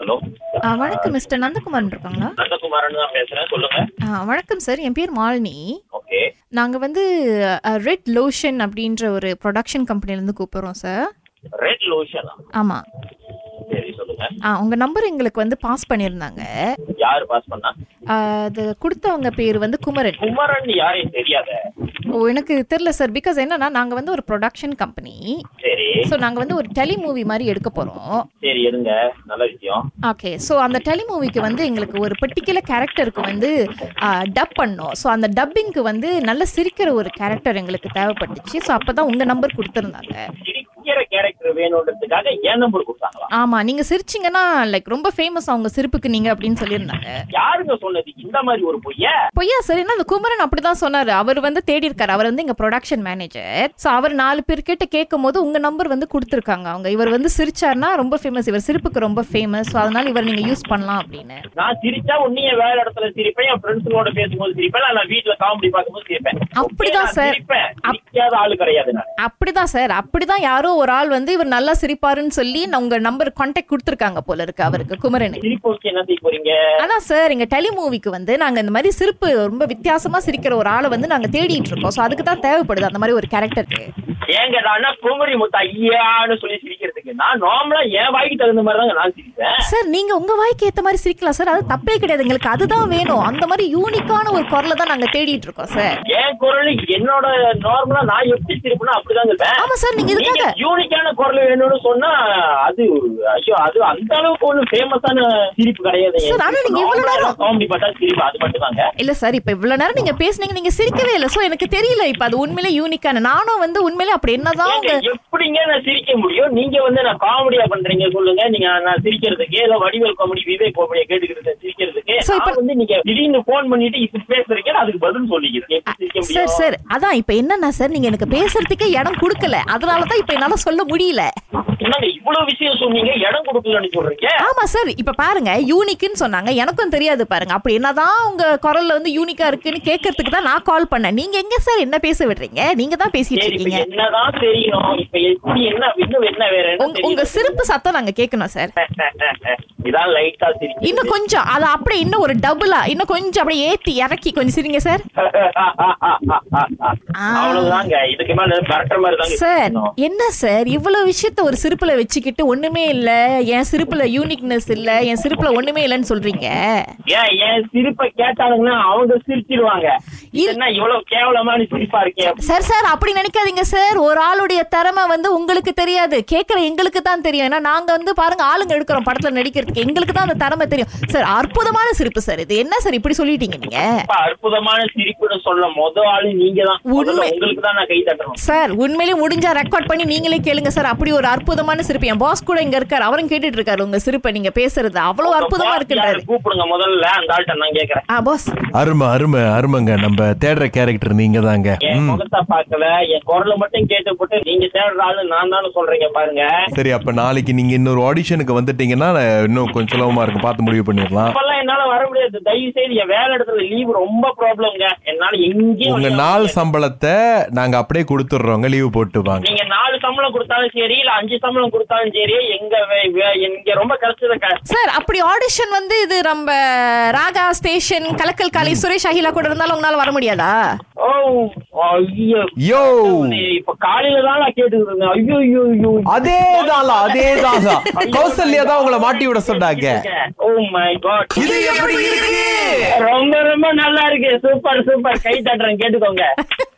Hello ஆ, வணக்கம் mister Nandakumaran இருக்காங்களா நந்தகுமாரன் தான் பேசுறேன் சொல்லுங்க ஆ, வணக்கம் சார் என் பேர் மாலினி ஓகே நாங்கள் வந்து ரெட் லோஷன் அப்படின்ற ஒரு ப்ரொடக்ஷன் கம்பெனிலேருந்து கூப்பிட்றோம் சார் ரெட் லோஷனா ஆமாம் சரி சொல்லுங்க ஆ உங்கள் நம்பர் எங்களுக்கு வந்து பாஸ் பண்ணியிருந்தாங்க யார் பாஸ் பண்ணா ஆ, அது கொடுத்தவங்க பேர் வந்து குமரன் குமரன் யாரையும் தெரியாத ஓ எனக்கு தெரில சார் பிகாஸ் என்னன்னா நாங்கள் வந்து ஒரு ப்ரொடக்ஷன் கம்பெனி சரி ஸோ நாங்கள் வந்து ஒரு டெலி மூவி மாதிரி எடுக்க போகிறோம் சரி எடுங்க நல்ல விஷயம் ஓகே ஸோ அந்த டெலிமூவிக்கு வந்து எங்களுக்கு ஒரு பர்டிகுலர் கேரக்டருக்கு வந்து டப் பண்ணோம் ஸோ அந்த டப்பிங்க்கு வந்து நல்ல சிரிக்கிற ஒரு கேரக்டர் எங்களுக்கு தேவைப்பட்டுச்சு ஸோ அப்போ தான் உங்கள் நம்பர் கொடுத்துருந்தாங்க சிரிக்கிற கேரக்டர் வேணுன்றதுக்காக என் நம்பர் கொடுத்தாங்களா ஆமாம் நீங்கள் சிரிச்சிங்கன்னா லைக் ரொம்ப ஃபேமஸ் அவங்க சிரிப்புக்கு நீங்கள் அப்படின்னு சொல்லியிருந்தாங்க யாருங்க சொன்னது இந்த மாதிரி ஒரு பொய்ய பொய்யா சார் என்ன அந்த குமரன் அப்படி தான் சொன்னார் அவர் வந்து தேடி இருக்காரு அவர் வந்து எங்கள் ப்ரொடக்ஷன் மேனேஜர் ஸோ அவர் நாலு பேர்கிட்ட கேட்கும் போது உங்கள் நம்பர் வந்து கொடுத்துருக்காங்க அவங்க இவர் வந்து சிரிச்சார்னா ரொம்ப ஃபேமஸ் இவர் சிரிப்புக்கு ரொம்ப ஃபேமஸ் ஸோ அதனால் இவர் நீங்கள் யூஸ் பண்ணலாம் அப்படின்னு நான் சிரிச்சா உன்னைய வேலை இடத்துல சிரிப்பேன் என் ஃப்ரெண்ட்ஸுங்களோட பேசும்போது சிரிப்பேன் நான் வீட்டுல காமெடி பார்க்கும்போது சிரிப்பேன் அப்படிதான் நான் சார். சிரிப்பேன் அப்- சிரிக்காத ஆளு கிடையாது நான் அப்படிதான் சார் அப்படிதான் யாரோ ஒரு ஆள் வந்து இவர் நல்லா சிரிப்பாருன்னு சொல்லி நான் உங்க நம்பர் கான்டாக்ட் கொடுத்துருக்காங்க போல இருக்கு அவருக்கு குமரனுக்கு சிரிப்பு வச்சு என்ன செய்ய போறீங்க அதான் சார் எங்க டெலி மூவிக்கு வந்து நாங்க இந்த மாதிரி சிரிப்பு ரொம்ப வித்தியாசமா சிரிக்கிற ஒரு ஆளை வந்து நாங்க தேடிட்டு இருக்கோம் ஸோ அதுக்கு தான் தேவைப்படுது அந்த மாதிரி ஒரு கேரக்டருக்கு ஏங்க நான் குமரி முத்தா ஐயான்னு சொல்லி சிரிக்கிறதுக்கு நான் நார்மலா என் வாய்க்கு தகுந்த மாதிரி தாங்க நான் சிரிப்பேன் சார் நீங்க உங்க வாய்க்கு ஏத்த மாதிரி சிரிக்கலாம் சார் அது தப்பே கிடையாது எங்களுக்கு அதுதான் வேணும் அந்த மாதிரி யூனிக்கான ஒரு குரலை தான் நாங்க தேடிட்டு இருக்கோம் சார் என் குரல் என்னோட நார்மலா நான் எப்படி திருப்பினா அப்படிதான் இருப்பேன் ஆமா சார் நீங்க நீங்க இதுக்காக யூனிக்கான குரல் வேணும்னு சொன்னா அது ஐயோ அது அந்த அளவுக்கு ஒண்ணும் ஃபேமஸான சிரிப்பு கிடையாது சார், ஆனா நீங்க இவ்வளவு நேரம் காமெடி பார்த்தா சிரிப்பு அது மட்டும் தாங்க இல்ல சார் இப்ப இவ்வளவு நேரம் நீங்க பேசுனீங்க நீங்க சிரிக்கவே இல்லை ஸோ எனக்கு தெரியல இப்ப அது உண்மையிலே யூனிக்கான நானும் வந்து உண்மையிலே அப்படி என்னதான் உங்க எப்படிங்க நான் சிரிக்க முடியும் நீங்க வந்து நான் காமெடியா பண்றீங்க சொல்லுங்க நீங்க நான் சிரிக்கிறதுக்கு ஏதோ வடிவேல் காமெடி விவேக் காமெடியை கேட்டுக்கிட்டு சிரிக்கிறதுக்கு So, இப்ப- நான் வந்து நீங்க திடீர்னு போன் பண்ணிட்டு இப்படி பேசுறீங்க நான் அதுக்கு பதில் சொல்லிக்கிறேன் எப்படி சிரிக்க சார் முடியும் சார் அதான் இப்போ என்னன்னா சார் நீங்க எனக்கு பேசுறதுக்கே இடம் கொடுக்கல அதனால தான் இப்போ என்னால சொல்ல முடியல என்னங்க இவ்வளவு விஷயம் சொன்னீங்க இடம் கொடுக்கலன்னு சொல்றீங்க ஆமா சார் இப்போ பாருங்க யூனிக்குன்னு சொன்னாங்க எனக்கும் தெரியாது பாருங்க அப்படி என்னதான் உங்க குரல்ல வந்து யூனிக்கா இருக்குன்னு கேட்கறதுக்கு தான் நான் கால் பண்ணேன் நீங்க எங்க சார் என்ன பேச விடுறீங்க நீங்க தான் பேசிட்டு சரி இப்ப இருக்கீங்க என்னதான் தெரியும் இப்ப எப்படி என்ன இன்னும் என்ன வேற என்ன உங்க- உங்க தெரியும்? சிரிப்பு சத்தம் நாங்க கேட்கணும் சார் இதான் லைட்டா சிரிச்சு இன்னும் கொஞ்சம் அது அப்படியே இன்னும் ஒரு டபுளா இன்னும் கொஞ்சம் அப்படியே ஏத்தி இறக்கி கொஞ்சம் சிரிங்க சார் அவ்வளவுதாங்க இதுக்கு மேல மிரட்டுற மாதிரி தாங்க சார் இருக்கணும். என்ன சார் இவ்வளவு விஷயத்த ஒரு சிரிப்புல வச்சுக்கிட்டு ஒண்ணுமே இல்ல என் சிரிப்புல யூனிக்னஸ் இல்ல என் சிரிப்புல ஒண்ணுமே இல்லைன்னு சொல்றீங்க ஏன் என் சிரிப்பை கேட்டாங்கன்னா அவங்க சிரிச்சிருவாங்க இல்ல- என்ன இவ்வளவு கேவலமான சிரிப்பா இருக்கே சார் சார் அப்படி நினைக்காதீங்க சார் ஒரு ஆளுடைய திறமை வந்து உங்களுக்கு தெரியாது கேட்குற எங்களுக்கு தான் தெரியும் ஏன்னா நாங்கள் வந்து பாருங்க ஆளுங்க எடுக்கிறோம் படத்தில் நடிக்கிறதுக்கு எங்களுக்கு தான் அந்த திறமை தெரியும் சார் அற்புதமான சிரிப்பு சார் இது என்ன சார் இப்படி சொல்லிட்டீங்க நீங்க அப்ப அற்புதமான சிரிப்புன்னு சொல்ல முத ஆளு நீங்க தான் முதல்ல உண்மை. உங்களுக்கு தான் நான் கை தட்டணும் சார் உண்மையிலேயே முடிஞ்சா ரெக்கார்ட் பண்ணி நீங்களே கேளுங்க சார் அப்படி ஒரு அற்புதமான சிரிப்பு என் பாஸ் கூட இங்க இருக்கார் அவரும் கேட்டுட்டு இருக்காரு உங்க சிரிப்பை நீங்க பேசுறது அவ்வளவு அற்புதமா உங்க boss யாரை இருக்குன்றாரு கூப்பிடுங்க முதல்ல அந்த ஆள்கிட்ட நான் கேக்குறேன் ஆ பாஸ் அருமை அருமை அருமைங்க நம்ம தேடுற கேரக்டர் நீங்க தாங்க என் முகத்தை பார்க்கல என் குரலை மட்டும் கேட்டுப்பட்டு நீங்க தேடுற ஆளு நான் தானே சொல்றீங்க பாருங்க சரி அப்ப நாளைக்கு நீங்க இன்னொரு ஆடிஷனுக்கு வந்துட்டீங்கன்னா நான் இன்னும் கொஞ்சம் சுலபமா இருக்கும் பார்த்து முடிவு பண்ணிடலாம் அப்பெல்லாம் என்னால வர முடியாது தயவு செய்து என் வேலை இடத்துல லீவ் ரொம்ப ப்ராப்ளம்ங்க என்னால எங்கேயும் உங்க வெளிய வர நாள் முடியாது. சம்பளத்தை நாங்க அப்படியே கொடுத்துடுறோங்க லீவு போட்டு வாங்க நீங்க நாலு சம்பளம் கொடுத்தாலும் சரி இல்ல அஞ்சு சம்பளம் கொடுத்தாலும் சரி எங்க வே- வே- இங்க ரொம்ப கஷ்டத்தை சார் அப்படி ஆடிஷன் வந்து இது நம்ம ராகா ஸ்டேஷன் கலக்கல் காலை சுரேஷ் அகிலா கூட இருந்தாலும் உங்களால வர முடியாதா ஓ ஐயோ யோ இப்ப காலையில தான் நான் கேட்டுக்கிட்டு இருந்தேன் ஐயோ ஐயோ ஐயோ அதே தான் அதே தான் கௌசல்யா தான் உங்களை மாட்டி விட சொன்னாங்க ஓ மை காட் இது எப்படி இருக்கு ரொம்ப ரொம்ப நல்லா இருக்கு சூப்பர் சூப்பர் கை தட்டுறேன் கேட்டுக்கோங்க